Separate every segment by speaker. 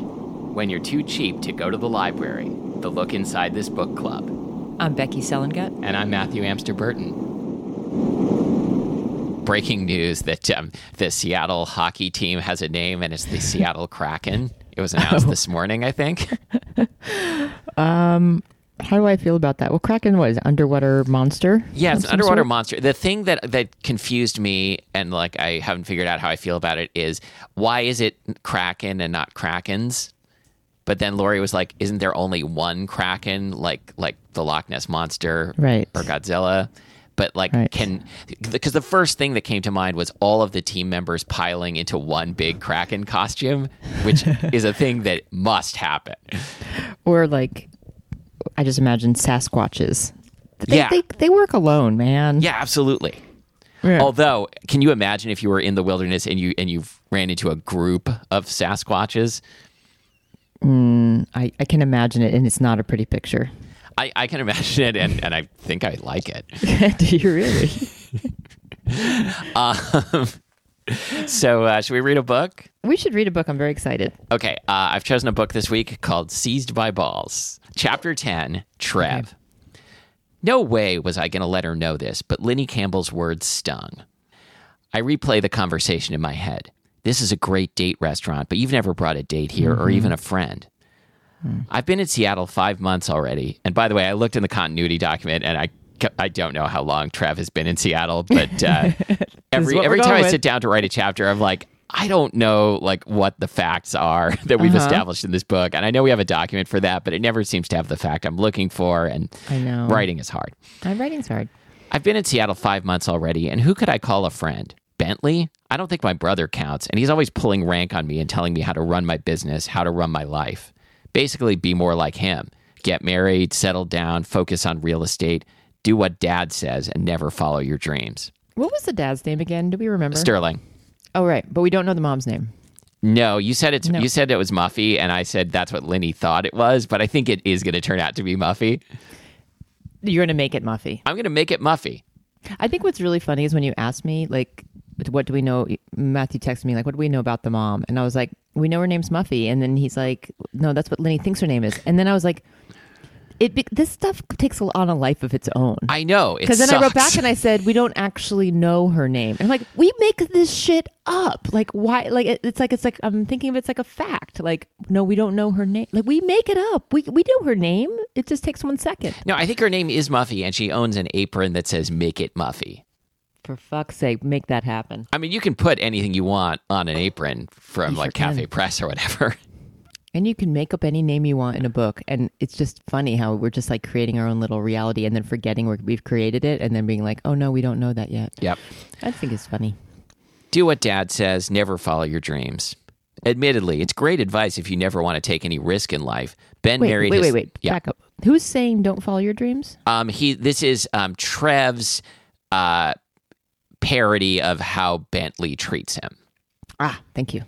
Speaker 1: when you're too cheap to go to the library, the look inside this book club.
Speaker 2: I'm Becky Selengut.
Speaker 1: And I'm Matthew Amster Burton. Breaking news that um, the Seattle hockey team has a name and it's the Seattle Kraken. It was announced this morning, I think.
Speaker 3: How do I feel about that? Well, Kraken, what is it, underwater monster?
Speaker 1: Yeah,
Speaker 3: of
Speaker 1: it's an
Speaker 3: some
Speaker 1: underwater
Speaker 3: sort?
Speaker 1: monster. The thing that that confused me and like I haven't figured out how I feel about it is why is it kraken and not krakens? But then Lori was like, "Isn't there only one kraken, like like the Loch Ness monster,
Speaker 3: Right.
Speaker 1: or Godzilla?" But like,
Speaker 3: Right.
Speaker 1: can because the first thing that came to mind was all of the team members piling into one big kraken costume, which is a thing that must happen.
Speaker 3: Or like, I just imagine Sasquatches. They,
Speaker 1: Yeah.
Speaker 3: they, they work alone, man.
Speaker 1: Yeah, absolutely.
Speaker 3: Yeah.
Speaker 1: Although, can you imagine if you were in the wilderness and you and you ran into a group of Sasquatches?
Speaker 3: I, I can imagine it, and it's not a pretty picture.
Speaker 1: I, I can imagine it, and, and I think I like it.
Speaker 3: do you really?
Speaker 1: So, uh, should we read a book?
Speaker 3: we should read a book. I'm very excited.
Speaker 1: Okay, uh, I've chosen a book this week called Seized by Balls, Chapter 10 Trev. No way was I going to let her know this, but Lenny Campbell's words stung. I replay the conversation in my head. This is a great date restaurant, but you've never brought a date here or
Speaker 3: Mm-hmm.
Speaker 1: even a friend.
Speaker 3: Hmm.
Speaker 1: I've been in Seattle five months already. And by the way, I looked in the continuity document and I kept- I don't know how long Trev has been in Seattle, but uh, every
Speaker 3: what we're
Speaker 1: every time
Speaker 3: going
Speaker 1: I
Speaker 3: with.
Speaker 1: sit down to write a chapter, I'm like, I don't know like what the facts are that we've established in this book, and I know we have a document for that, but it never seems to have the fact I'm looking for. And
Speaker 3: I know.
Speaker 1: writing is hard.
Speaker 3: My writing's hard.
Speaker 1: I've been in Seattle five months already, and who could I call a friend? Bentley? I don't think my brother counts, and he's always pulling rank on me and telling me how to run my business, how to run my life. Basically, be more like him. Get married, settle down, focus on real estate, do what dad says, and never follow your dreams.
Speaker 3: What was the dad's name again? Do we remember?
Speaker 1: Sterling.
Speaker 3: oh, right. But we don't know the mom's name.
Speaker 1: No, you said it's you said it was Muffy, and I said that's what Lenny thought it was, but I think it is going to turn out to be Muffy.
Speaker 3: You're going to make it Muffy.
Speaker 1: I'm going to make it Muffy.
Speaker 3: I think what's really funny is when you asked me, like, what do we know? Matthew texted me, like, what do we know about the mom? And I was like, we know her name's Muffy. And then he's like, no, that's what Lenny thinks her name is. And then I was like, it be- this stuff takes on a life of its own.
Speaker 1: I know
Speaker 3: Because
Speaker 1: because
Speaker 3: then I wrote back and I said, we don't actually know her name. And I'm like, we make this shit up. Like, why? Like, it, it's like, it's like, I'm thinking of it's like a fact. Like, no, we don't know her name. Like, we make it up. We, we know her name. It just takes one second.
Speaker 1: No, I think her name is Muffy, and she owns an apron that says "Make It Muffy."
Speaker 3: For fuck's sake, make that happen.
Speaker 1: I mean, you can put anything you want on an apron from like
Speaker 3: sure can.
Speaker 1: Cafe Press or whatever.
Speaker 3: And you can make up any name you want in a book. And it's just funny how we're just like creating our own little reality and then forgetting we're, we've created it and then being like, oh no, we don't know that yet.
Speaker 1: Yep.
Speaker 3: I think it's funny.
Speaker 1: Do what dad says, never follow your dreams. Admittedly, it's great advice if you never want to take any risk in life. Ben
Speaker 3: Wait,
Speaker 1: married
Speaker 3: wait,
Speaker 1: his,
Speaker 3: wait, wait.
Speaker 1: Yeah.
Speaker 3: Back up. Who's saying don't follow your dreams?
Speaker 1: Um he this is um Trev's uh parody of how Bentley treats him.
Speaker 3: Ah, thank you.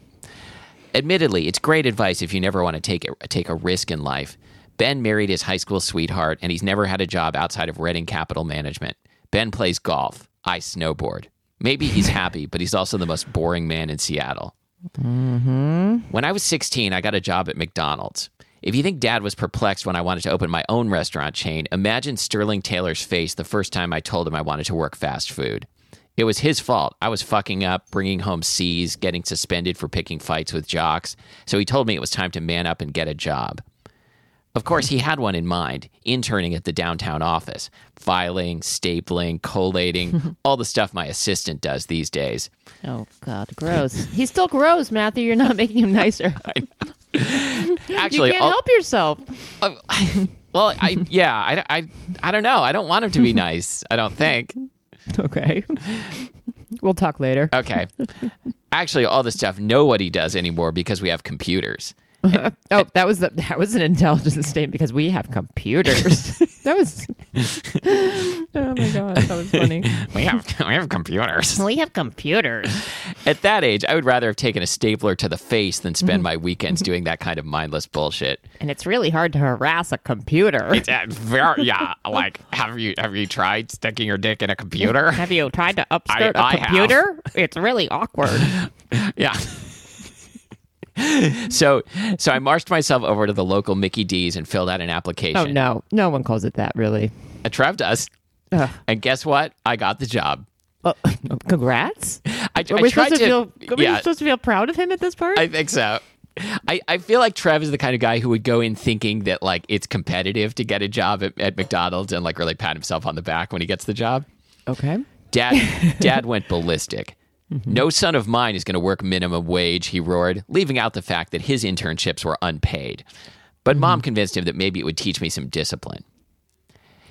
Speaker 1: Admittedly, it's great advice if you never want to take a, take a risk in life. Ben married his high school sweetheart, and he's never had a job outside of Reading Capital Management. Ben plays golf. I snowboard. Maybe he's happy, but he's also the most boring man in Seattle. When I was 16, I got a job at McDonald's. If you think dad was perplexed when I wanted to open my own restaurant chain, imagine Sterling Taylor's face the first time I told him I wanted to work fast food. It was his fault. I was fucking up, bringing home C's, getting suspended for picking fights with jocks. So he told me it was time to man up and get a job. Of course, he had one in mind interning at the downtown office, filing, stapling, collating, all the stuff my assistant does these days.
Speaker 3: Oh God, gross. He's still gross, Matthew. You're not making him nicer.
Speaker 1: Actually,
Speaker 3: you can't
Speaker 1: all-
Speaker 3: help yourself.
Speaker 1: Uh, well, I yeah, I, I, I don't know. I don't want him to be nice. I don't think.
Speaker 3: Okay. Uh, we'll talk later.
Speaker 1: Okay. Actually, all this stuff know what he does anymore because we have computers.
Speaker 3: Oh, that was the, that was an intelligence statement because we have computers. that was. oh my God, that was funny.
Speaker 1: We have we have computers.
Speaker 3: We have computers.
Speaker 1: At that age, I would rather have taken a stapler to the face than spend my weekends doing that kind of mindless bullshit.
Speaker 3: And it's really hard to harass a computer.
Speaker 1: Yeah, ver- yeah, like have you have you tried sticking your dick in a computer?
Speaker 3: Have you tried to upskirt
Speaker 1: I- I
Speaker 3: a
Speaker 1: have.
Speaker 3: computer? It's really awkward.
Speaker 1: Yeah. So so I marched myself over to the local Mickey D's and filled out an application.
Speaker 3: Oh no, no one calls it that really.
Speaker 1: A Trev does.
Speaker 3: Ugh.
Speaker 1: And guess what? I got the job.
Speaker 3: Well, Oh, congrats.
Speaker 1: I,
Speaker 3: Are
Speaker 1: I
Speaker 3: we
Speaker 1: tried
Speaker 3: supposed to, feel? Are we
Speaker 1: yeah,
Speaker 3: supposed to feel proud of him at this part?
Speaker 1: I think so. I, I feel like Trev is the kind of guy who would go in thinking that like it's competitive to get a job at, at McDonald's and like really pat himself on the back when he gets the job.
Speaker 3: okay.
Speaker 1: Dad, Dad went ballistic. No son of mine is going to work minimum wage, he roared, leaving out the fact that his internships were unpaid. But mom convinced him that maybe it would teach me some discipline.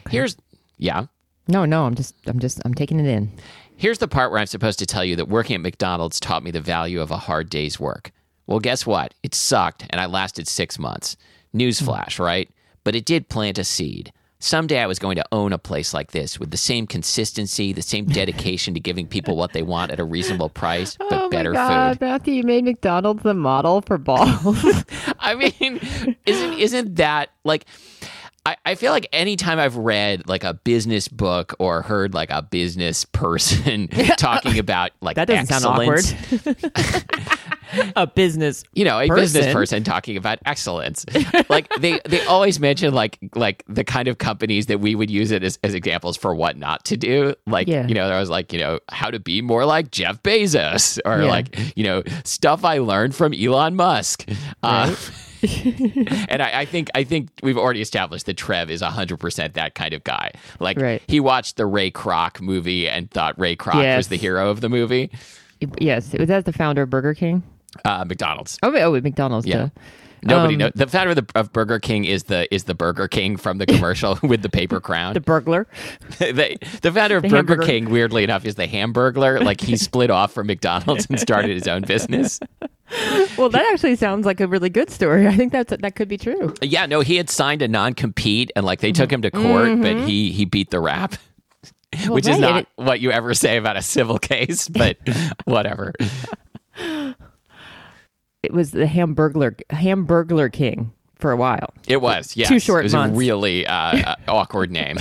Speaker 1: Here's, yeah,
Speaker 3: No, no, I'm just, I'm just, I'm taking it in.
Speaker 1: here's the part where I'm supposed to tell you that working at McDonald's taught me the value of a hard day's work. Well, guess what? It sucked, and I lasted six months. Newsflash,
Speaker 3: Hmm.
Speaker 1: right? But it did plant a seed. Someday I was going to own a place like this with the same consistency, the same dedication to giving people what they want at a reasonable price, but
Speaker 3: Oh
Speaker 1: better food.
Speaker 3: Matthew, you made McDonald's the model for balls.
Speaker 1: I mean, isn't isn't that like? I, I feel like anytime I've read like a business book or heard like a business person talking about like
Speaker 3: that doesn't
Speaker 1: excellence,
Speaker 3: sound awkward. a business.
Speaker 1: you know, a business
Speaker 3: Person.
Speaker 1: person talking about excellence. like they, they always mention like like the kind of companies that we would use it as, as examples for what not to do. Like
Speaker 3: Yeah.
Speaker 1: you know, there was like, you know, how to be more like Jeff Bezos or
Speaker 3: Yeah.
Speaker 1: like, you know, stuff I learned from Elon Musk. Uh, and I, I think I think we've already established that Trev is hundred percent that kind of guy. Like
Speaker 3: Right.
Speaker 1: he watched the Ray Kroc movie and thought Ray Kroc was
Speaker 3: Yes.
Speaker 1: the hero of the movie.
Speaker 3: Yes, was that the founder of Burger King?
Speaker 1: Uh, McDonald's.
Speaker 3: Oh, wait, oh, wait, McDonald's.
Speaker 1: Yeah.
Speaker 3: Duh. um,
Speaker 1: Nobody knows the founder of, the, of Burger King is the is the Burger King from the commercial with the paper crown.
Speaker 3: The burglar.
Speaker 1: the, the founder of Burger
Speaker 3: hamburger.
Speaker 1: King, weirdly enough, is the Hamburglar. Like he split off from McDonald's and started his own business.
Speaker 3: Well, that actually sounds like a really good story. I think that's that could be true.
Speaker 1: Yeah, no, he had signed a non compete and like they took him to court, but he he beat the rap, which is
Speaker 3: Mm-hmm. right,
Speaker 1: not
Speaker 3: it-
Speaker 1: what you ever say about a civil case, but whatever.
Speaker 3: It was the Hamburglar Hamburglar King for a while.
Speaker 1: It was, yes.
Speaker 3: Two short
Speaker 1: It was
Speaker 3: months.
Speaker 1: a really uh, uh, awkward name.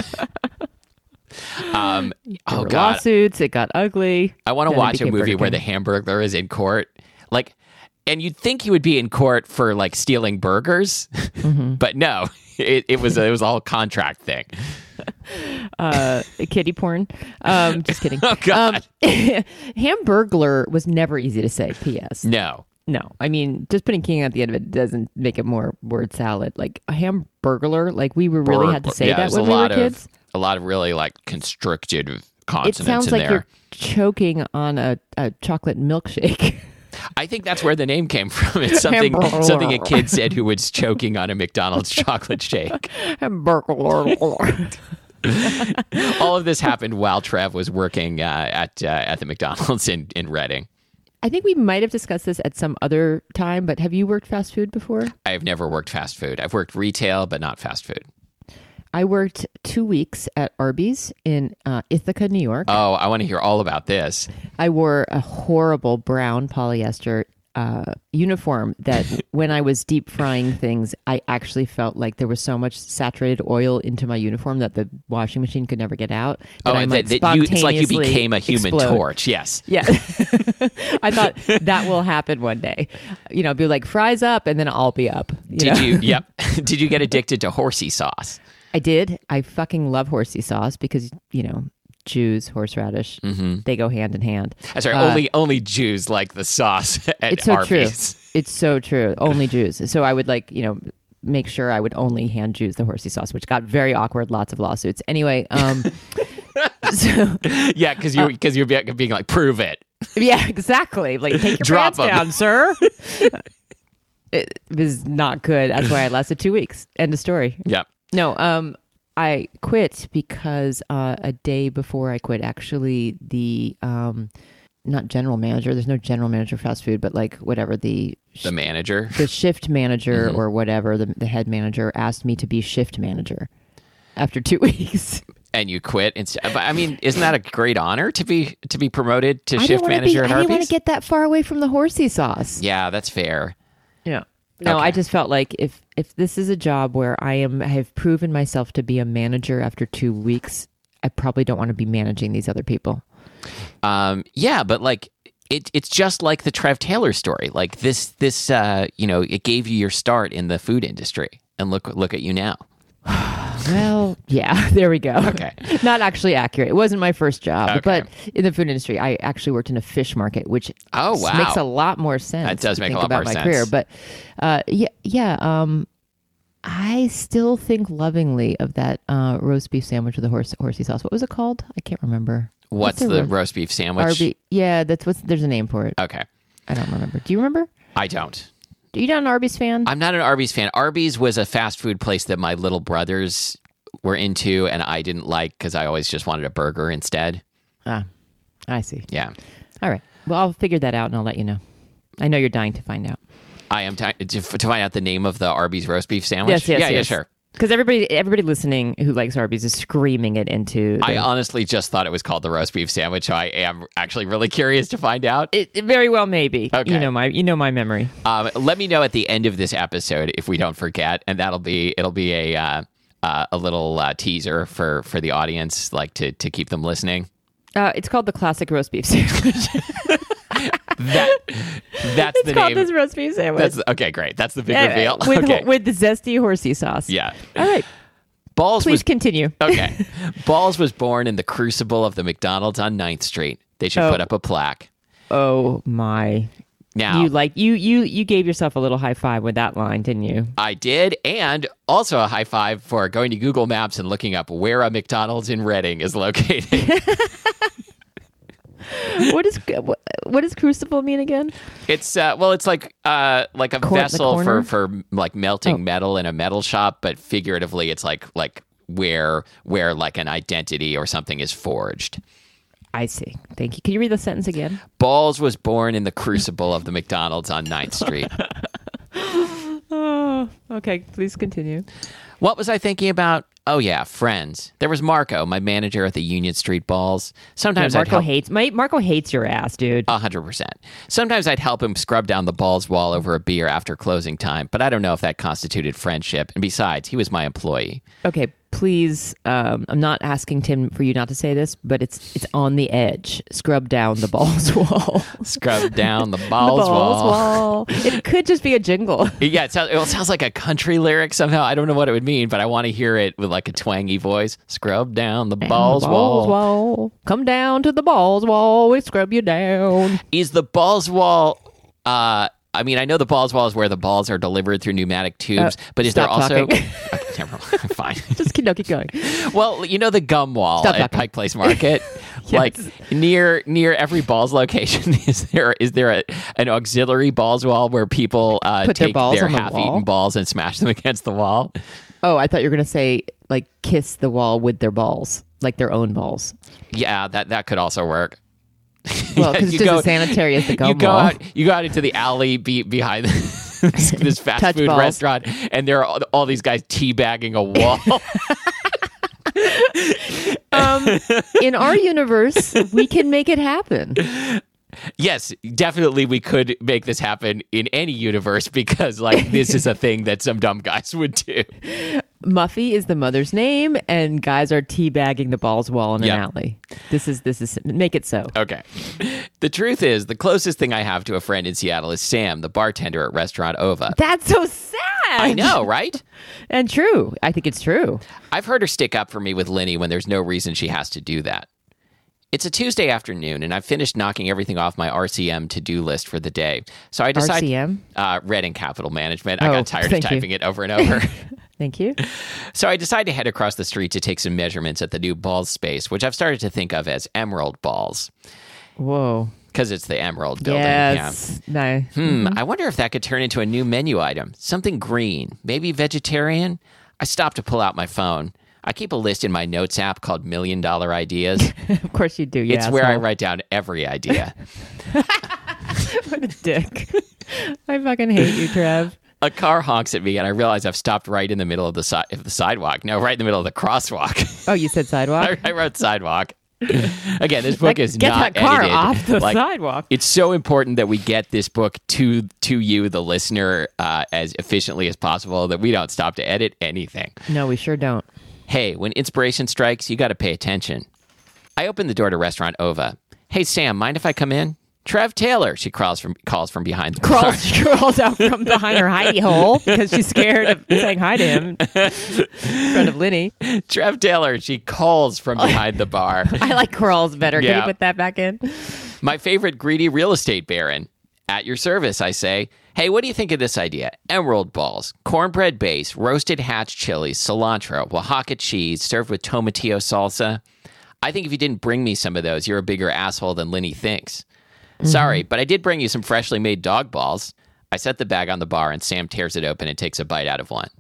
Speaker 1: um,
Speaker 3: There
Speaker 1: oh
Speaker 3: were
Speaker 1: god,
Speaker 3: lawsuits. It got ugly.
Speaker 1: I want to
Speaker 3: Then it
Speaker 1: watch a
Speaker 3: became
Speaker 1: movie
Speaker 3: Burger
Speaker 1: where the hamburger is in court. Like, and you'd think he would be in court for like stealing burgers,
Speaker 3: Mm-hmm.
Speaker 1: but no, it, it was it was all contract thing.
Speaker 3: uh, kitty porn. Um, just kidding.
Speaker 1: Oh God,
Speaker 3: Hamburglar was never easy to say. P.S.
Speaker 1: no.
Speaker 3: No, I mean just putting king at the end of it doesn't make it more word salad. Like a hamburglar. Like we were really had to
Speaker 1: Burg-
Speaker 3: say
Speaker 1: yeah,
Speaker 3: that
Speaker 1: there's a
Speaker 3: when we were
Speaker 1: lot
Speaker 3: kids.
Speaker 1: of a lot of really like constricted
Speaker 3: It
Speaker 1: consonants
Speaker 3: sounds
Speaker 1: in
Speaker 3: like
Speaker 1: there.
Speaker 3: you're choking on a, a chocolate milkshake.
Speaker 1: I think that's where the name came from. It's something
Speaker 3: Hamburglar.
Speaker 1: something a kid said who was choking on a McDonald's chocolate shake.
Speaker 3: hamburglar.
Speaker 1: All of this happened while Trev was working uh, at uh, at the McDonald's in in Reading.
Speaker 3: I think we might have discussed this at some other time, but have you worked fast food before?
Speaker 1: I have never worked fast food. I've worked retail, but not fast food.
Speaker 3: I worked two weeks at Arby's in uh, Ithaca, New York.
Speaker 1: Oh, I want to hear all about this.
Speaker 3: I wore a horrible brown polyester uh, uniform that when I was deep frying things, I actually felt like there was so much saturated oil into my uniform that the washing machine could never get out.
Speaker 1: Oh,
Speaker 3: I
Speaker 1: and
Speaker 3: might
Speaker 1: that, that you, it's like you
Speaker 3: spontaneously
Speaker 1: became a human
Speaker 3: explode.
Speaker 1: torch. Yes.
Speaker 3: Yeah. I thought that will happen one day. You know, be like, fries up, and then I'll be up.
Speaker 1: Did
Speaker 3: know?
Speaker 1: you? Yep. Did you get addicted to horsey sauce?
Speaker 3: I did. I fucking love horsey sauce because, you know, Jews, horseradish, they go hand in hand.
Speaker 1: I'm Uh, sorry. only only Jews like the sauce at
Speaker 3: Uh, It's so
Speaker 1: Arby's.
Speaker 3: true. It's so true. Only Jews. So I would like, you know, make sure I would only hand Jews the horsey sauce, which got very awkward, lots of lawsuits. Anyway, um so
Speaker 1: Yeah, because
Speaker 3: Uh,
Speaker 1: you because you're be- being like, prove it.
Speaker 3: yeah, exactly. Like take your
Speaker 1: Drop
Speaker 3: pants
Speaker 1: 'em.
Speaker 3: down, sir. it was not good. That's why I lasted two weeks. End of story.
Speaker 1: Yep.
Speaker 3: No, um, I quit because uh, a day before I quit, actually, the um, not general manager. There's no general manager for fast food, but like whatever the Mm-hmm. sh-
Speaker 1: The manager.
Speaker 3: the shift manager or whatever the, the head manager asked me to be shift manager after two weeks.
Speaker 1: and you quit. Instead, but I mean, isn't that a great honor to be to be promoted to
Speaker 3: I didn't
Speaker 1: shift
Speaker 3: want to
Speaker 1: manager at
Speaker 3: be. I didn't want
Speaker 1: Arby's?
Speaker 3: to get that far away from the horsey sauce.
Speaker 1: yeah, that's fair.
Speaker 3: Yeah. No,
Speaker 1: Okay.
Speaker 3: I just felt like if if this is a job where I am I have proven myself to be a manager after two weeks, I probably don't want to be managing these other people.
Speaker 1: Um, yeah, but like, it, it's just like the Trev Taylor story. Like this, this, uh, you know, it gave you your start in the food industry, and look, look at you now.
Speaker 3: Well, yeah, there we go.
Speaker 1: Okay.
Speaker 3: Not actually accurate. It wasn't my first job,
Speaker 1: Okay.
Speaker 3: but in the food industry, I actually worked in a fish market, which
Speaker 1: Oh,
Speaker 3: s-
Speaker 1: wow.
Speaker 3: makes a lot more sense.
Speaker 1: That does
Speaker 3: if you
Speaker 1: make a
Speaker 3: think
Speaker 1: lot more
Speaker 3: about my
Speaker 1: sense.
Speaker 3: career. But uh, yeah, yeah. Um, I still think lovingly of that uh, roast beef sandwich with the horse horsey sauce. What was it called? I can't remember.
Speaker 1: What's the,
Speaker 3: roast-
Speaker 1: roast beef sandwich?
Speaker 3: RB? Yeah, that's what's. There's a name for it.
Speaker 1: Okay,
Speaker 3: I don't remember. Do you remember?
Speaker 1: I don't.
Speaker 3: Are you not an Arby's fan?
Speaker 1: I'm not an Arby's fan. Arby's was a fast food place that my little brothers were into, and I didn't like because I always just wanted a burger instead.
Speaker 3: ah, I see.
Speaker 1: Yeah,
Speaker 3: All right. Well, I'll figure that out and I'll let you know. I know you're dying to find out.
Speaker 1: I am t- to, f- to find out the name of the Arby's roast beef sandwich.
Speaker 3: Yes, yes,
Speaker 1: yeah,
Speaker 3: yes.
Speaker 1: yeah, sure.
Speaker 3: Because everybody, everybody listening who likes Arby's is screaming it into.
Speaker 1: I
Speaker 3: the-
Speaker 1: honestly just thought it was called the roast beef sandwich, so I am actually really curious to find out.
Speaker 3: it, it very well may be.
Speaker 1: Okay.
Speaker 3: You know my, you know my memory.
Speaker 1: Um, let me know at the end of this episode if we don't forget, and that'll be it'll be a uh, uh, a little uh, teaser for for the audience, like to to keep them listening.
Speaker 3: Uh, it's called the classic roast beef sandwich.
Speaker 1: That that's the
Speaker 3: it's
Speaker 1: name.
Speaker 3: called this roast beef sandwich.
Speaker 1: That's okay, great. That's the big
Speaker 3: Anyway,
Speaker 1: reveal.
Speaker 3: with
Speaker 1: okay.
Speaker 3: with the zesty horsey sauce.
Speaker 1: yeah.
Speaker 3: All right.
Speaker 1: Balls
Speaker 3: Please
Speaker 1: was
Speaker 3: continue.
Speaker 1: okay. Balls was born in the crucible of the McDonald's on 9th Street. They should
Speaker 3: Oh.
Speaker 1: put up a plaque.
Speaker 3: Oh my.
Speaker 1: Now
Speaker 3: You like you you you gave yourself a little high five with that line, didn't you?
Speaker 1: I did, and also a high five for going to Google Maps and looking up where a McDonald's in Reading is located.
Speaker 3: what is what, what does crucible mean again?
Speaker 1: it's uh, well, it's like uh, like a
Speaker 3: Cor- the
Speaker 1: vessel for
Speaker 3: corner? Oh.
Speaker 1: for like melting metal in a metal shop, but figuratively, it's like like where where like an identity or something is forged.
Speaker 3: I see. Thank you. Can you read the sentence again?
Speaker 1: Balls was born in the crucible of the McDonald's on 9th Street. Uh,
Speaker 3: Oh, okay. Please continue.
Speaker 1: What was I thinking about? Oh yeah, friends. There was Marco, my manager at the Union Street Balls. Sometimes I'd
Speaker 3: Marco
Speaker 1: help Uh,
Speaker 3: hates my Marco hates your ass, dude.
Speaker 1: A hundred percent. Sometimes I'd help him scrub down the balls wall over a beer after closing time, but I don't know if that constituted friendship. And besides, he was my employee.
Speaker 3: Okay, please. Um, I'm not asking Tim for you not to say this, but it's it's on the edge. Scrub down the balls wall.
Speaker 1: Scrub down the balls,
Speaker 3: balls
Speaker 1: wall.
Speaker 3: wall. It could just be a jingle.
Speaker 1: Yeah, it sounds, it sounds like a country lyric somehow. I don't know what it would mean, but I want to hear it with like a twangy voice. Scrub down the balls,
Speaker 3: balls
Speaker 1: wall.
Speaker 3: wall. Come down to the balls wall. We scrub you down.
Speaker 1: Is the balls wall? Uh, I mean, I know the balls wall is where the balls are delivered through pneumatic tubes, but is there
Speaker 3: stop
Speaker 1: also?
Speaker 3: talking.
Speaker 1: Okay, never mind. Fine.
Speaker 3: Just keep, no, keep going.
Speaker 1: Well, you know the gum wall
Speaker 3: Stop
Speaker 1: at
Speaker 3: talking.
Speaker 1: Pike Place Market. Like near near every balls location, is there is there a, an auxiliary balls wall where people uh,
Speaker 3: Put their
Speaker 1: take
Speaker 3: balls
Speaker 1: their
Speaker 3: on the
Speaker 1: half eaten
Speaker 3: wall?
Speaker 1: balls and smash them against the wall?
Speaker 3: Oh, I thought you were gonna say like kiss the wall with their balls, like their own balls.
Speaker 1: Yeah, that that could also work.
Speaker 3: Well, because
Speaker 1: you
Speaker 3: it's just
Speaker 1: go-
Speaker 3: as sanitary as the gum
Speaker 1: you go
Speaker 3: wall.
Speaker 1: out you go out into the alley be, behind this, this fast
Speaker 3: Touch
Speaker 1: food
Speaker 3: balls.
Speaker 1: restaurant, and there are all, all these guys teabagging a wall.
Speaker 3: In our universe, we can make it happen.
Speaker 1: yes, definitely we could make this happen in any universe because like this is a thing that some dumb guys would do.
Speaker 3: Muffy is the mother's name, and guys are teabagging the balls wall in
Speaker 1: Yep.
Speaker 3: an alley. This is this is make it so.
Speaker 1: Okay. The truth is, the closest thing I have to a friend in Seattle is Sam, the bartender at Restaurant Ova.
Speaker 3: That's so sad.
Speaker 1: I know, right?
Speaker 3: and true. I think it's true.
Speaker 1: I've heard her stick up for me with Lenny when there's no reason she has to do that. It's a Tuesday afternoon, and I've finished knocking everything off my RCM to do list for the day. So I decide.
Speaker 3: RCM?
Speaker 1: Uh, Reading Capital Management. I
Speaker 3: Oh,
Speaker 1: got tired of
Speaker 3: thank you.
Speaker 1: typing it over and over.
Speaker 3: Thank you.
Speaker 1: So I decide to head across the street to take some measurements at the new balls space, which I've started to think of as Emerald Balls
Speaker 3: Whoa.
Speaker 1: because it's the Emerald building.
Speaker 3: Yes. No.
Speaker 1: Hmm, I wonder if that could turn into a new menu item. Something green, maybe vegetarian. I stop to pull out my phone. I keep a list in my notes app called Million Dollar Ideas.
Speaker 3: Of course you do. You
Speaker 1: It's where I
Speaker 3: asshole.
Speaker 1: write down every idea.
Speaker 3: What a dick. I fucking hate you, Trev.
Speaker 1: a car honks at me, and I realize I've stopped right in the middle of the, si- of the sidewalk. No, right in the middle of the crosswalk.
Speaker 3: Oh, you said sidewalk.
Speaker 1: I, I wrote sidewalk. Again, this book
Speaker 3: Like,
Speaker 1: is
Speaker 3: get
Speaker 1: not
Speaker 3: that car
Speaker 1: edited.
Speaker 3: off the
Speaker 1: Like,
Speaker 3: sidewalk.
Speaker 1: It's so important that we get this book to to you, the listener, uh, as efficiently as possible. That we don't stop to edit anything.
Speaker 3: No, we sure don't.
Speaker 1: Hey, when inspiration strikes, you got to pay attention. I opened the door to restaurant Ova. Hey, Sam, mind if I come in? Trev Taylor, she crawls from calls from behind the car.
Speaker 3: Crawls, crawls out from behind her hidey hole because she's scared of saying hi to him in front of Lenny.
Speaker 1: Trev Taylor, she calls from behind the bar.
Speaker 3: I like crawls better. Can
Speaker 1: Yeah.
Speaker 3: you put that back in?
Speaker 1: My favorite greedy real estate baron. At your service, I say. Hey, what do you think of this idea? Emerald balls, cornbread base, roasted hatch chilies, cilantro, Oaxaca cheese, served with tomatillo salsa. I think if you didn't bring me some of those, you're a bigger asshole than Lenny thinks.
Speaker 3: Mm-hmm.
Speaker 1: Sorry, but I did bring you some freshly made dog balls. I set the bag on the bar, and Sam tears it open and takes a bite out of one.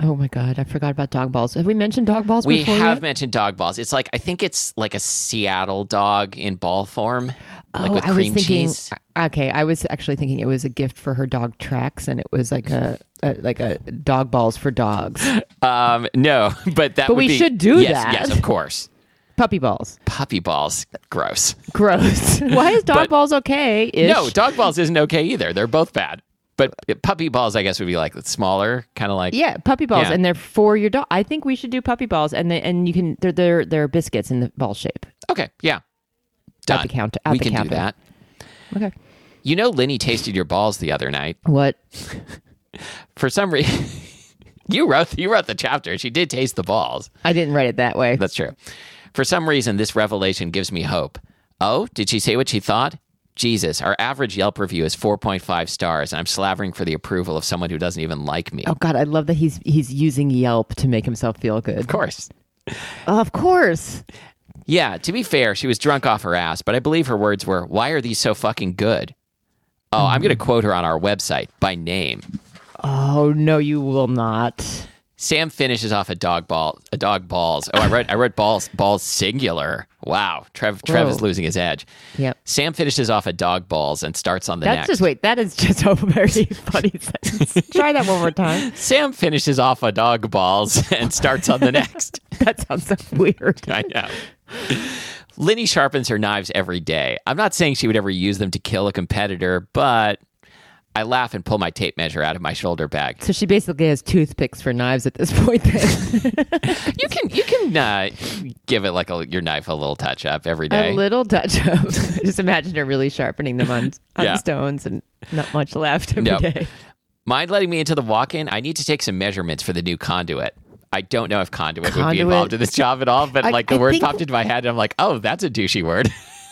Speaker 3: Oh my god, I forgot about dog balls. Have we mentioned dog balls
Speaker 1: We
Speaker 3: before?
Speaker 1: have
Speaker 3: yet?
Speaker 1: mentioned dog balls. It's like I think it's like a Seattle dog in ball form, like
Speaker 3: oh,
Speaker 1: with
Speaker 3: I was
Speaker 1: cream
Speaker 3: thinking.
Speaker 1: cheese.
Speaker 3: Okay, I was actually thinking it was a gift for her dog tracks, and it was like a, a like a dog balls for dogs,
Speaker 1: Um, no, but that. But
Speaker 3: we should do
Speaker 1: yes,
Speaker 3: that.
Speaker 1: Yes, of course.
Speaker 3: puppy balls.
Speaker 1: Puppy balls, gross.
Speaker 3: Gross. Why is dog
Speaker 1: But-
Speaker 3: balls okay? Ish?
Speaker 1: No, dog balls isn't okay either. They're both bad. But puppy balls, I guess, would be like smaller, kind of like
Speaker 3: Yeah, puppy balls,
Speaker 1: Yeah.
Speaker 3: and they're for your dog. I think we should do puppy balls, and they, and you can they're they're they're biscuits in the ball shape.
Speaker 1: okay, yeah. Done.
Speaker 3: the counter- at
Speaker 1: we
Speaker 3: the
Speaker 1: can
Speaker 3: counter.
Speaker 1: do that.
Speaker 3: Okay,
Speaker 1: You know, Lenny tasted your balls the other night
Speaker 3: what?
Speaker 1: for some reason. you wrote you wrote the chapter. She did taste the balls.
Speaker 3: I didn't write it that way.
Speaker 1: That's true. For some reason, this revelation gives me hope. Oh, did she say what she thought? Jesus, our average Yelp review is 4.5 stars, and I'm slavering for the approval of someone who doesn't even like me.
Speaker 3: oh God, I love that he's he's using Yelp to make himself feel good.
Speaker 1: Of course.
Speaker 3: Of course.
Speaker 1: Yeah, to be fair, she was drunk off her ass, but I believe her words were, Why are these so fucking good? Oh, I'm
Speaker 3: Mm-hmm.
Speaker 1: going to quote her on our website by name.
Speaker 3: Oh no, you will not.
Speaker 1: Sam finishes off a dog ball, a dog balls. Oh, I wrote, I wrote balls, balls singular. Wow, Trev, Trev is
Speaker 3: Whoa.
Speaker 1: losing his edge.
Speaker 3: Yep.
Speaker 1: Sam finishes off a dog balls and starts on the
Speaker 3: That's
Speaker 1: next.
Speaker 3: just wait. That is just a very funny sentence. Try that one more time.
Speaker 1: Sam finishes off a dog balls and starts on the next.
Speaker 3: That sounds so weird.
Speaker 1: I know. Lenny sharpens her knives every day. I'm not saying she would ever use them to kill a competitor, but I laugh and pull my tape measure out of my shoulder bag.
Speaker 3: So she basically has toothpicks for knives at this point. Then.
Speaker 1: You can you can uh, give it like a, your knife a little touch up every
Speaker 3: a
Speaker 1: day.
Speaker 3: little touch up. just imagine her really sharpening them on, on
Speaker 1: Yeah.
Speaker 3: stones and not much left every day.
Speaker 1: Yep. Mind letting me into the walk-in? I need to take some measurements for the new conduit. I don't know if conduit, would be
Speaker 3: Conduit.
Speaker 1: involved in this job at all, but
Speaker 3: I-
Speaker 1: like the
Speaker 3: I
Speaker 1: word
Speaker 3: think-
Speaker 1: popped into my head, and I'm like, oh, that's a douchey word.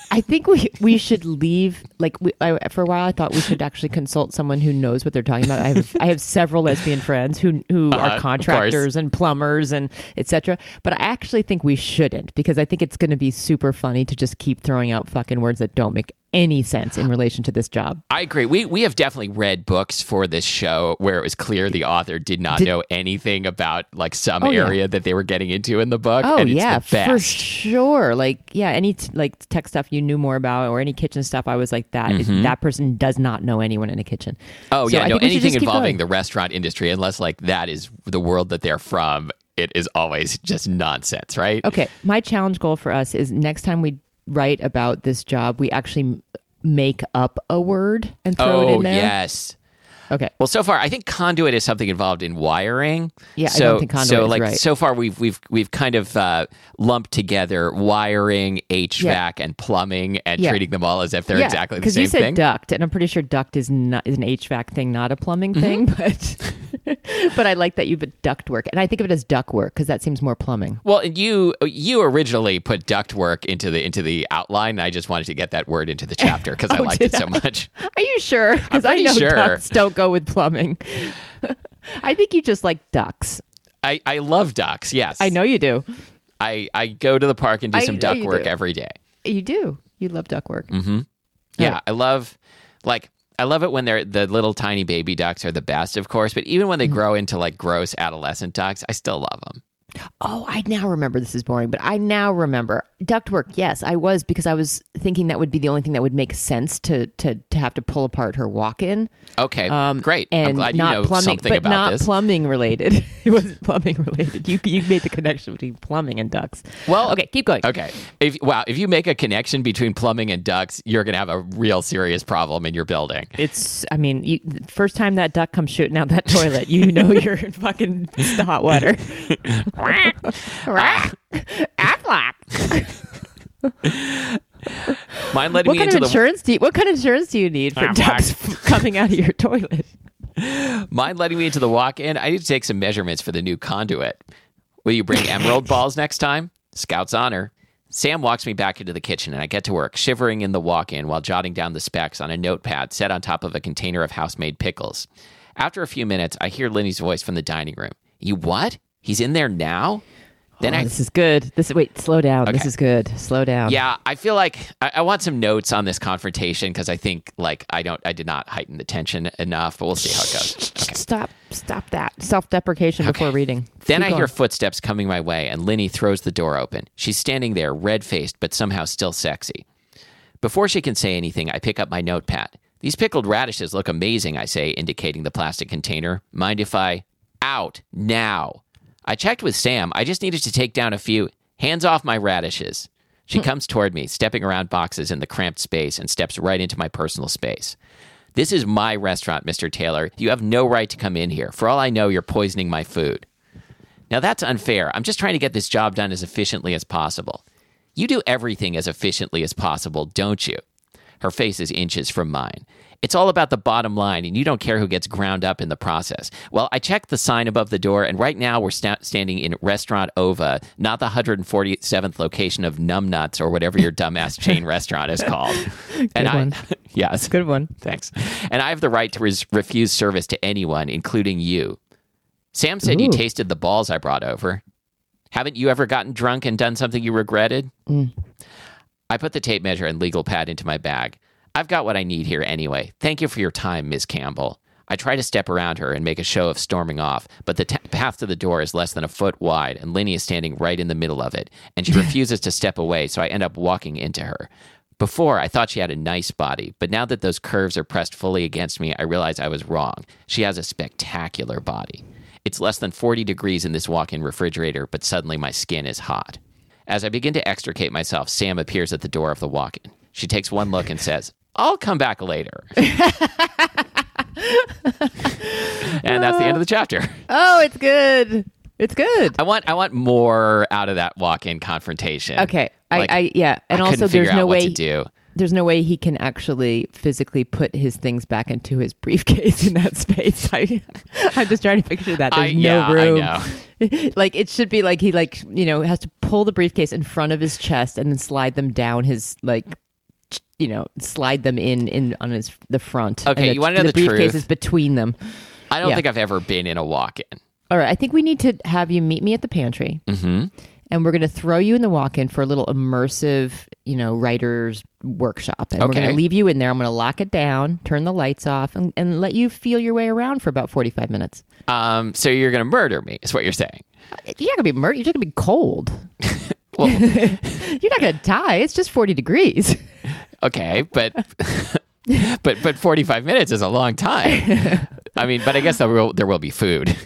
Speaker 3: I think we we should leave. Like we, I, for a while, I thought we should actually consult someone who knows what they're talking about. I have I have several lesbian friends who who
Speaker 1: Uh-huh, of
Speaker 3: are
Speaker 1: course.
Speaker 3: contractors and plumbers and etc. But I actually think we shouldn't because I think it's going to be super funny to just keep throwing out fucking words that don't make any sense in relation to this job.
Speaker 1: I agree. We we have definitely read books for this show where it was clear the author did not know anything about like some
Speaker 3: Oh, yeah.
Speaker 1: area that they were getting into in the book.
Speaker 3: Oh
Speaker 1: and it's
Speaker 3: yeah,
Speaker 1: the best.
Speaker 3: for sure. Like yeah, any t- like tech stuff you knew more about or any kitchen stuff, I was like that is- that person does not know anyone in a kitchen.
Speaker 1: Mm-hmm. Oh
Speaker 3: So
Speaker 1: yeah,
Speaker 3: I
Speaker 1: no
Speaker 3: think we should
Speaker 1: anything
Speaker 3: just keep
Speaker 1: involving
Speaker 3: going.
Speaker 1: the restaurant industry, unless like that is the world that they're from. It is always just nonsense, right?
Speaker 3: Okay, my challenge goal for us is next time we write about this job, we actually m- make up a word and throw it
Speaker 1: Oh
Speaker 3: in there.
Speaker 1: yes.
Speaker 3: Okay.
Speaker 1: Well, so far I think conduit is something involved in wiring.
Speaker 3: Yeah, I
Speaker 1: so,
Speaker 3: don't think conduit
Speaker 1: so
Speaker 3: is
Speaker 1: like
Speaker 3: right.
Speaker 1: so far we've we've we've kind of uh, lumped together wiring, HVAC, and plumbing, and
Speaker 3: Yeah.
Speaker 1: treating them all as if they're
Speaker 3: yeah,
Speaker 1: exactly the
Speaker 3: because
Speaker 1: same
Speaker 3: you said
Speaker 1: thing.
Speaker 3: duct, and I'm pretty sure duct is not is an HVAC thing, not a plumbing
Speaker 1: Mm-hmm.
Speaker 3: thing. But but I like that you put duct work, and I think of it as duct work because that seems more plumbing.
Speaker 1: Well, and you you originally put ductwork into the into the outline. and I just wanted to get that word into the chapter because I
Speaker 3: Oh,
Speaker 1: liked
Speaker 3: did
Speaker 1: it so
Speaker 3: I?
Speaker 1: much.
Speaker 3: Are you sure? Because I
Speaker 1: pretty
Speaker 3: know
Speaker 1: sure.
Speaker 3: ducts don't go with plumbing. I think you just like ducks.
Speaker 1: I, I love ducks. Yes,
Speaker 3: I know you do.
Speaker 1: I, I go to the park and do
Speaker 3: I
Speaker 1: some
Speaker 3: know you
Speaker 1: ductwork
Speaker 3: do.
Speaker 1: every day.
Speaker 3: You do. You love duck work.
Speaker 1: Yeah,
Speaker 3: Right.
Speaker 1: I love like I love it when they're the little tiny baby ducks are the best, of course. But even
Speaker 3: Mm-hmm.
Speaker 1: when they grow into like gross adolescent ducks, I still love them.
Speaker 3: Oh, I now remember this is boring, but I now remember ductwork. Yes, I was because I was thinking that would be the only thing that would make sense to to, to have to pull apart her walk in.
Speaker 1: Okay,
Speaker 3: Um,
Speaker 1: great.
Speaker 3: And
Speaker 1: I'm glad
Speaker 3: not
Speaker 1: you know
Speaker 3: plumbing,
Speaker 1: something
Speaker 3: but
Speaker 1: about
Speaker 3: not
Speaker 1: this.
Speaker 3: plumbing related. it wasn't plumbing related. You you made the connection between plumbing and ducks.
Speaker 1: Well,
Speaker 3: okay, keep going.
Speaker 1: okay. If wow, if you make a connection between plumbing and ducks, you're gonna have a real serious problem in your building.
Speaker 3: It's, I mean, you, the first time that duck comes shooting out that toilet, you know you're in fucking the hot water. Affleck.
Speaker 1: Mine led
Speaker 3: What
Speaker 1: me
Speaker 3: kind
Speaker 1: into
Speaker 3: of
Speaker 1: the
Speaker 3: insurance do you, what kind of insurance do you need for
Speaker 1: Ah,
Speaker 3: ducks coming out of your toilet?
Speaker 1: mine letting me into the walk-in. I need to take some measurements for the new conduit. Will you bring emerald balls next time? Scout's honor. Sam walks me back into the kitchen and I get to work, shivering in the walk-in while jotting down the specs on a notepad set on top of a container of house-made pickles. After a few minutes, I hear Lenny's voice from the dining room. You what? He's in there now? Then
Speaker 3: Oh,
Speaker 1: I
Speaker 3: this is good. This wait, slow down. This
Speaker 1: Okay.
Speaker 3: is good. Slow down.
Speaker 1: Yeah, I feel like I, I want some notes on this confrontation because I think like I don't I did not heighten the tension enough, but we'll see how it goes.
Speaker 3: Stop. Stop that self-deprecation before reading.
Speaker 1: Then
Speaker 3: Keep
Speaker 1: I hear
Speaker 3: going.
Speaker 1: footsteps coming my way, and Lenny throws the door open. She's standing there, red faced, but somehow still sexy. Before she can say anything, I pick up my notepad. These pickled radishes look amazing, I say, indicating the plastic container. Mind if I. Out now. I checked with Sam. I just needed to take down a few. Hands off my radishes.
Speaker 3: Hmm.
Speaker 1: She comes toward me, stepping around boxes in the cramped space, and steps right into my personal space. This is my restaurant, Mr. Taylor. You have no right to come in here. For all I know, you're poisoning my food. Now that's unfair. I'm just trying to get this job done as efficiently as possible. You do everything as efficiently as possible, don't you? Her face is inches from mine. It's all about the bottom line, and you don't care who gets ground up in the process. Well, I checked the sign above the door, and right now we're sta- standing in Restaurant Ova, not the 147th location of Numbnuts or whatever your dumbass chain restaurant is called. and
Speaker 3: one.
Speaker 1: I, yes,
Speaker 3: Good one.
Speaker 1: Thanks. And I have the right to res- refuse service to anyone, including you. Sam said you
Speaker 3: Ooh.
Speaker 1: tasted the balls I brought over. Haven't you ever gotten drunk and done something you regretted? I put the tape measure and legal pad into my bag. I've got what I need here anyway. Thank you for your time, Ms. Campbell. I try to step around her and make a show of storming off, but the ta path to the door is less than a foot wide, and Lenny is standing right in the middle of it, and she refuses to step away, so I end up walking into her. Before, I thought she had a nice body, but now that those curves are pressed fully against me, I realize I was wrong. She has a spectacular body. It's less than 40 degrees in this walk in refrigerator, but suddenly my skin is hot. As I begin to extricate myself, Sam appears at the door of the walk in. She takes one look and says, I'll come back later. and that's the end of the chapter.
Speaker 3: Oh, it's good. It's good.
Speaker 1: I want I want more out of that walk in confrontation.
Speaker 3: Okay. I,
Speaker 1: Like,
Speaker 3: I yeah. And
Speaker 1: I couldn't
Speaker 3: also,
Speaker 1: figure
Speaker 3: there's
Speaker 1: out
Speaker 3: no
Speaker 1: what
Speaker 3: way
Speaker 1: to do.
Speaker 3: there's no way he can actually physically put his things back into his briefcase in that space. I, I'm just trying to picture that. There's
Speaker 1: I-
Speaker 3: no
Speaker 1: yeah, I
Speaker 3: room.
Speaker 1: know.
Speaker 3: like it should be like he like you know has to pull the briefcase in front of his chest and then slide them down his like ch- you know slide them in in on his the front.
Speaker 1: Okay,
Speaker 3: And
Speaker 1: you wanna know the
Speaker 3: briefcase
Speaker 1: truth?
Speaker 3: is between them.
Speaker 1: I don't
Speaker 3: Yeah.
Speaker 1: think I've ever been in a walk in.
Speaker 3: All right, I think we need to have you meet me at the pantry. Mm-hmm. And we're going to throw you in the walk in for a little immersive, you know, writer's workshop. And we're going
Speaker 1: Okay.
Speaker 3: to leave you in there. I'm going to lock it down, turn the lights off, and, and let you feel your way around for about 45 minutes.
Speaker 1: Um, so you're going to murder me, is what you're saying.
Speaker 3: Uh, You're not going to be murdered. You're just going to be cold.
Speaker 1: Well,
Speaker 3: You're not going to die. It's just 40 degrees.
Speaker 1: okay, but but but 45 minutes is a long time. I mean, but I guess there will, there will be food.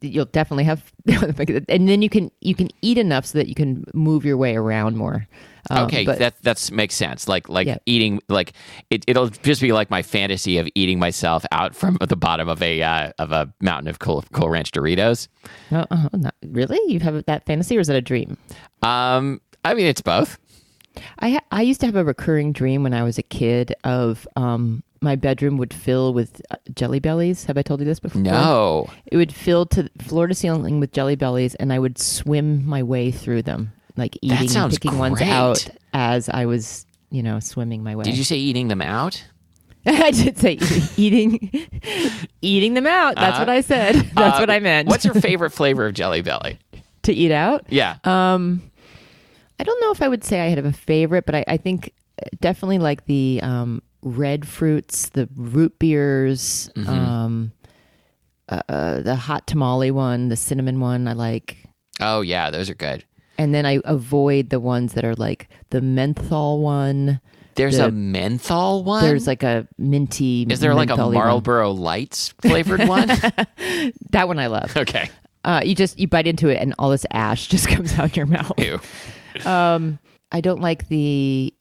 Speaker 3: You'll definitely have, and then you can you can eat enough so that you can move your way around more. Um,
Speaker 1: Okay,
Speaker 3: but-
Speaker 1: that that's makes sense. Like like
Speaker 3: Yeah.
Speaker 1: eating like it, it'll just be like my fantasy of eating myself out from the bottom of a uh, of a mountain of cool cool ranch Doritos.
Speaker 3: no, uh, not, really, you have that fantasy, or is that a dream?
Speaker 1: Um, I mean, it's both.
Speaker 3: I ha- I used to have a recurring dream when I was a kid of um my bedroom would fill with uh, jelly bellies. Have I told you this before?
Speaker 1: No,
Speaker 3: It would fill to floor to ceiling with jelly bellies, and I would swim my way through them, like eating, and
Speaker 1: sounds
Speaker 3: picking ones
Speaker 1: great.
Speaker 3: out as I was, you know, swimming my way.
Speaker 1: did you say eating them out?
Speaker 3: I did say eating, eating them out. That's what I said. That's
Speaker 1: Uh,
Speaker 3: what I meant.
Speaker 1: What's your favorite flavor of Jelly Belly?
Speaker 3: to eat out?
Speaker 1: Yeah.
Speaker 3: Um, I don't know if I would say I have a favorite, but I, I think definitely like the um, red fruits, the root beers,
Speaker 1: Mm-hmm.
Speaker 3: um, uh, the hot tamale one, the cinnamon one. I like,
Speaker 1: oh yeah, those are good.
Speaker 3: and then I avoid the ones that are like the menthol one.
Speaker 1: There's
Speaker 3: The-
Speaker 1: a menthol one.
Speaker 3: There's like a minty.
Speaker 1: Is there like a
Speaker 3: mentholy one.
Speaker 1: Marlboro Lights flavored one?
Speaker 3: That one I love.
Speaker 1: okay.
Speaker 3: Uh, you just you bite into it, and all this ash just comes out your mouth. Um,
Speaker 1: Ew.
Speaker 3: I don't like the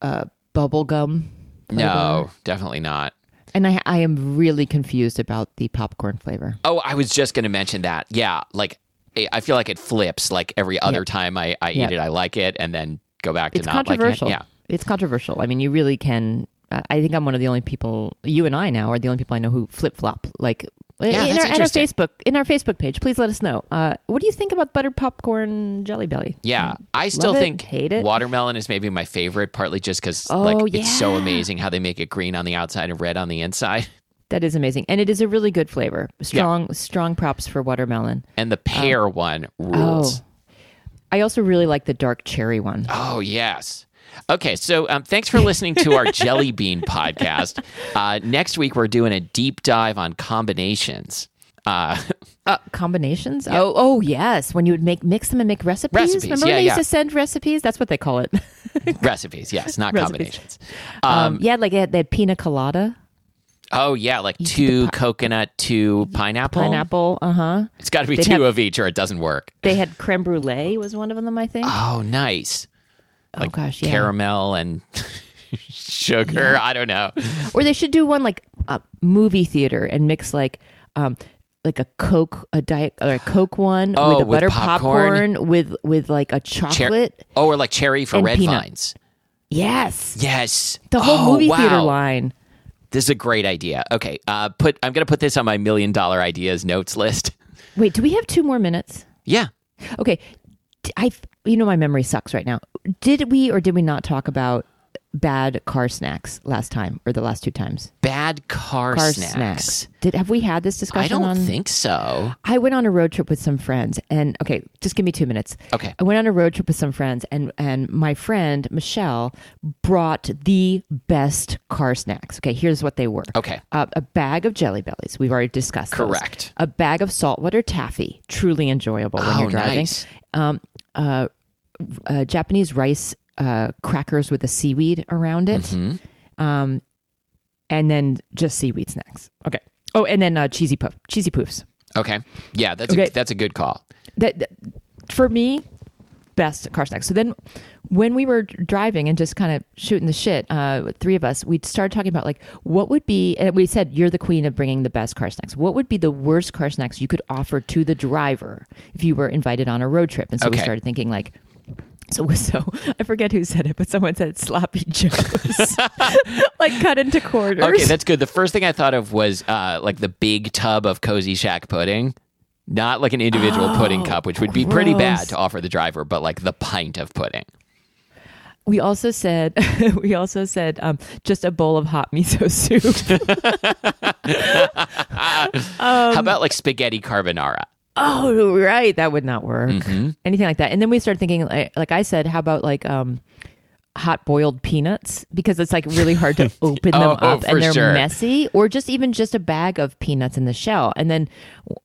Speaker 3: uh, bubble gum.
Speaker 1: No, definitely not.
Speaker 3: And I, I am really confused about the popcorn flavor.
Speaker 1: Oh, I was just going to mention that. Yeah, like I I feel like it flips. Like every other time I, I
Speaker 3: Yep.
Speaker 1: eat it, I like it, and then go back to
Speaker 3: It's
Speaker 1: not liking it.
Speaker 3: controversial.
Speaker 1: Yeah,
Speaker 3: It's controversial. I mean, you really can. I I think I'm one of the only people. You and I now are the only people I know who flip flop. Like
Speaker 1: that's
Speaker 3: in, our, in our
Speaker 1: interesting.
Speaker 3: Facebook in our Facebook page. Please let us know. Uh, what do you think about buttered popcorn jelly belly?
Speaker 1: Yeah, I still
Speaker 3: Mm. it,
Speaker 1: think
Speaker 3: hate it.
Speaker 1: watermelon is maybe my favorite, partly just because
Speaker 3: Oh,
Speaker 1: like it's so
Speaker 3: yeah.
Speaker 1: amazing how they make it green on the outside and red on the inside.
Speaker 3: That is amazing, and it is a really good flavor. Strong strong props for watermelon. Oh.
Speaker 1: And the pear one rules.
Speaker 3: I also really like the dark cherry one.
Speaker 1: Oh, yes. Okay, so um, thanks for listening to our Jelly Bean podcast. Uh, next week, we're doing a deep dive on combinations. Uh,
Speaker 3: Uh, combinations? Oh, oh yes. When you would make mix them and make recipes.
Speaker 1: Recipes,
Speaker 3: Remember
Speaker 1: yeah,
Speaker 3: when they
Speaker 1: yeah.
Speaker 3: used to send recipes? That's what they call it.
Speaker 1: recipes, yes, not
Speaker 3: Recipes.
Speaker 1: combinations.
Speaker 3: Um, yeah, like they had, they had pina colada,
Speaker 1: Oh, yeah, like two coconut, two pineapple.
Speaker 3: pineapple. Uh huh.
Speaker 1: It's got to be
Speaker 3: They'd
Speaker 1: two
Speaker 3: have-
Speaker 1: of each or it doesn't work.
Speaker 3: They had creme brulee was one of them, I think.
Speaker 1: Oh, nice.
Speaker 3: oh gosh, yeah.
Speaker 1: Caramel and sugar. I don't know.
Speaker 3: Or they should do one like a movie theater and mix like um like a Coke, a diet or a Coke one
Speaker 1: Oh,
Speaker 3: with a
Speaker 1: with
Speaker 3: butter
Speaker 1: popcorn.
Speaker 3: popcorn with with like a
Speaker 1: Cher-
Speaker 3: chocolate.
Speaker 1: oh, or like cherry for
Speaker 3: And
Speaker 1: red
Speaker 3: peanut.
Speaker 1: vines.
Speaker 3: Yes.
Speaker 1: Yes.
Speaker 3: The whole
Speaker 1: Oh,
Speaker 3: movie theater
Speaker 1: wow.
Speaker 3: line.
Speaker 1: This is a great idea. Okay, uh, put I'm gonna put this on my million dollar ideas notes list.
Speaker 3: Wait, do we have two more minutes?
Speaker 1: Yeah.
Speaker 3: Okay, D- I you know my memory sucks right now. Did we or did we not talk about bad car snacks last time or the last two times?
Speaker 1: Bad car,
Speaker 3: Car
Speaker 1: snacks.
Speaker 3: Did have we had this discussion?
Speaker 1: I don't
Speaker 3: on,
Speaker 1: think so.
Speaker 3: I went on a road trip with some friends, and okay, just give me two minutes.
Speaker 1: Okay.
Speaker 3: I went on a road trip with some friends, and and my friend Michelle brought the best car snacks. Okay, here's what they were.
Speaker 1: Okay.
Speaker 3: Uh, a bag of Jelly Bellies. We've already discussed. those.
Speaker 1: Correct.
Speaker 3: A bag of saltwater taffy. Truly enjoyable when
Speaker 1: Oh,
Speaker 3: you're driving.
Speaker 1: nice.
Speaker 3: Um, uh, uh, Japanese rice uh, crackers with a seaweed around it. Um, and then just seaweed snacks. Okay. Oh, and then uh, cheesy puff, cheesy poofs.
Speaker 1: Okay. Yeah, that's
Speaker 3: Okay.
Speaker 1: A, that's a good call.
Speaker 3: That, that- for me, best car snacks. So then, when we were driving and just kind of shooting the shit, uh, three of us, we started talking about like what would be. And we said, "You're the queen of bringing the best car snacks." What would be the worst car snacks you could offer to the driver if you were invited on a road trip? And so we
Speaker 1: Okay.
Speaker 3: started thinking like. So, so I forget who said it, but someone said sloppy joes, like cut into quarters.
Speaker 1: Okay, that's good. The first thing I thought of was uh, like the big tub of cozy shack pudding. Not like an individual pudding cup, which would be pretty bad
Speaker 3: gross.
Speaker 1: to offer the driver, but like the pint of pudding.
Speaker 3: We also said we also said um, just a bowl of hot miso soup. Um,
Speaker 1: How about like spaghetti carbonara?
Speaker 3: oh, right, that would not work.
Speaker 1: Mm-hmm.
Speaker 3: Anything like that. And then we started thinking, like, like I said, how about like um, hot boiled peanuts because it's like really hard to open them
Speaker 1: Oh,
Speaker 3: up
Speaker 1: for
Speaker 3: and they're
Speaker 1: sure.
Speaker 3: messy, or just even just a bag of peanuts in the shell. And then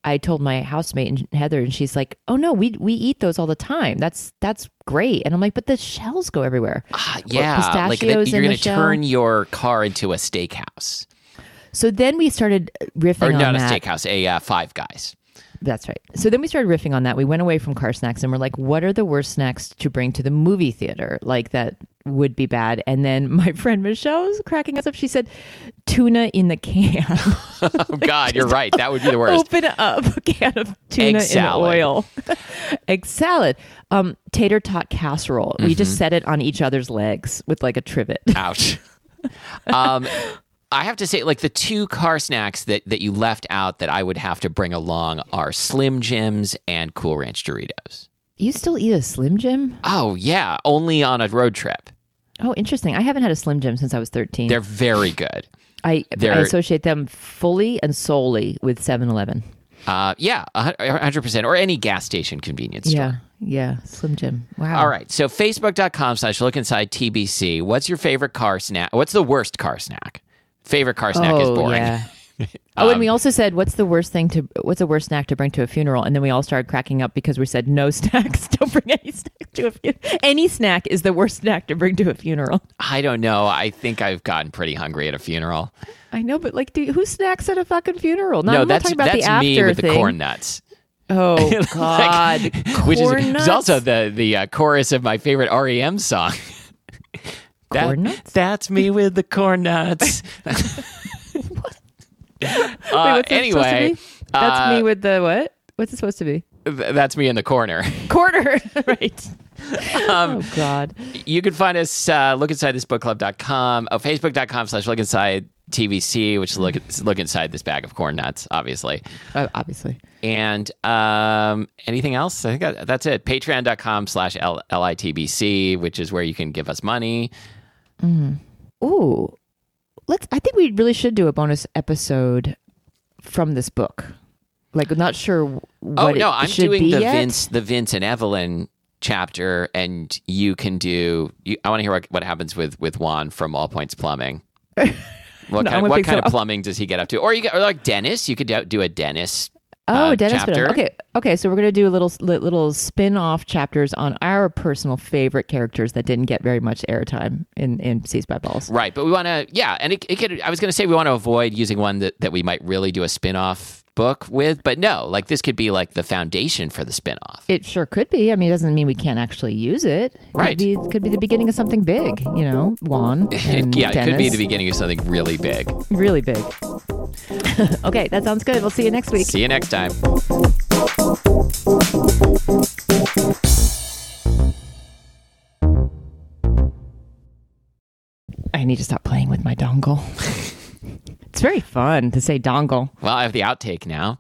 Speaker 3: I told my housemate and Heather, and she's like, "Oh no, we we eat those all the time. That's that's great." And I'm like, "But the shells go everywhere."
Speaker 1: Ah,
Speaker 3: Or
Speaker 1: yeah, like that
Speaker 3: pistachios
Speaker 1: you're
Speaker 3: in
Speaker 1: going
Speaker 3: the
Speaker 1: to
Speaker 3: shell.
Speaker 1: turn your car into a steakhouse,
Speaker 3: So then we started riffing
Speaker 1: or
Speaker 3: on
Speaker 1: not a
Speaker 3: that.
Speaker 1: steakhouse, a uh, Five Guys.
Speaker 3: That's right. So then we started riffing on that. We went away from car snacks and we're like, what are the worst snacks to bring to the movie theater? Like that would be bad. And then my friend Michelle was cracking us up. She said, tuna in the can.
Speaker 1: Oh God, you're right. That would be the worst.
Speaker 3: Open up a can of tuna in
Speaker 1: salad.
Speaker 3: oil. Egg salad. Um, tater tot casserole. We
Speaker 1: Mm-hmm.
Speaker 3: just set it on each other's legs with like a trivet.
Speaker 1: Ouch. um, I have to say, like the two car snacks that that you left out that I would have to bring along are Slim Jims and Cool Ranch Doritos.
Speaker 3: You still eat a Slim Jim?
Speaker 1: Oh yeah, only on a road trip.
Speaker 3: Oh, interesting. I haven't had a Slim Jim since I was 13.
Speaker 1: They're very good.
Speaker 3: I, I
Speaker 1: they're-
Speaker 3: associate them fully and solely with 7 Eleven.
Speaker 1: Uh, yeah, hundred percent, or any gas station convenience store.
Speaker 3: Yeah, yeah, Slim Jim. Wow.
Speaker 1: All right, so facebook.com slash look inside TBC. What's your favorite car snack? What's the worst car snack? Favorite car snack is boring.
Speaker 3: yeah. oh, and we also said, "What's the worst thing to? What's the worst snack to bring to a funeral?" And then we all started cracking up because we said, "No snacks. Don't bring any snack to a funeral. Any snack is the worst snack to bring to a funeral."
Speaker 1: I don't know. I think I've gotten pretty hungry at a funeral.
Speaker 3: I know, but like, do, who snacks at a fucking funeral? No, I'm not
Speaker 1: that's
Speaker 3: talking about
Speaker 1: that's
Speaker 3: the after
Speaker 1: me with
Speaker 3: thing.
Speaker 1: the corn nuts.
Speaker 3: Oh God,
Speaker 1: which is,
Speaker 3: corn
Speaker 1: is
Speaker 3: nuts?
Speaker 1: also the the uh, chorus of my favorite REM song. That-
Speaker 3: Corn nuts?
Speaker 1: That's me with the corn nuts.
Speaker 3: Wait,
Speaker 1: Uh,
Speaker 3: what's this supposed to
Speaker 1: anyway,
Speaker 3: be? that's
Speaker 1: uh,
Speaker 3: me with the what? What's it supposed to be?
Speaker 1: th- that's me in the corner.
Speaker 3: Corner, right? oh God.
Speaker 1: you can find us uh, look inside this book club.com oh, facebook.com slash look inside tvc which is look look inside this bag of corn nuts obviously
Speaker 3: Uh, obviously.
Speaker 1: and um, anything else i think that, that's it patreon.com slash L- litbc which is where you can give us money
Speaker 3: Ooh. Let's I think we really should do a bonus episode from this book. Like not sure what
Speaker 1: oh
Speaker 3: it
Speaker 1: no i'm
Speaker 3: should
Speaker 1: doing
Speaker 3: be
Speaker 1: the
Speaker 3: yet.
Speaker 1: vince the vince and evelyn chapter and you can do you, i want to hear what, what happens with with juan from all points plumbing What
Speaker 3: No, I'm
Speaker 1: kind,
Speaker 3: gonna
Speaker 1: of, what
Speaker 3: pick
Speaker 1: kind
Speaker 3: some-
Speaker 1: of plumbing does he get up to? Or you get, or like Dennis, you could do- do a Dennis.
Speaker 3: Oh,
Speaker 1: uh,
Speaker 3: Dennis Villeneuve.
Speaker 1: chapter.
Speaker 3: Okay, okay. So we're gonna do a little li- little spin off chapters on our personal favorite characters that didn't get very much airtime in in Seized by Balls.
Speaker 1: Right, but we want to, yeah, and it, it could. I was going to say we want to avoid using one that, that we might really do a spin off book with, but no, like this could be like the foundation for the spin off.
Speaker 3: It sure could be. I mean, it doesn't mean we can't actually use it.
Speaker 1: Right.
Speaker 3: Could be, could be the beginning of something big. You know, Juan. and
Speaker 1: Yeah, it could be
Speaker 3: Dennis.
Speaker 1: the beginning of something really big.
Speaker 3: really big. okay, that sounds good. We'll see you next week.
Speaker 1: See you next time.
Speaker 3: I need to stop playing with my dongle. it's very fun to say dongle.
Speaker 1: Well, I have the outtake now.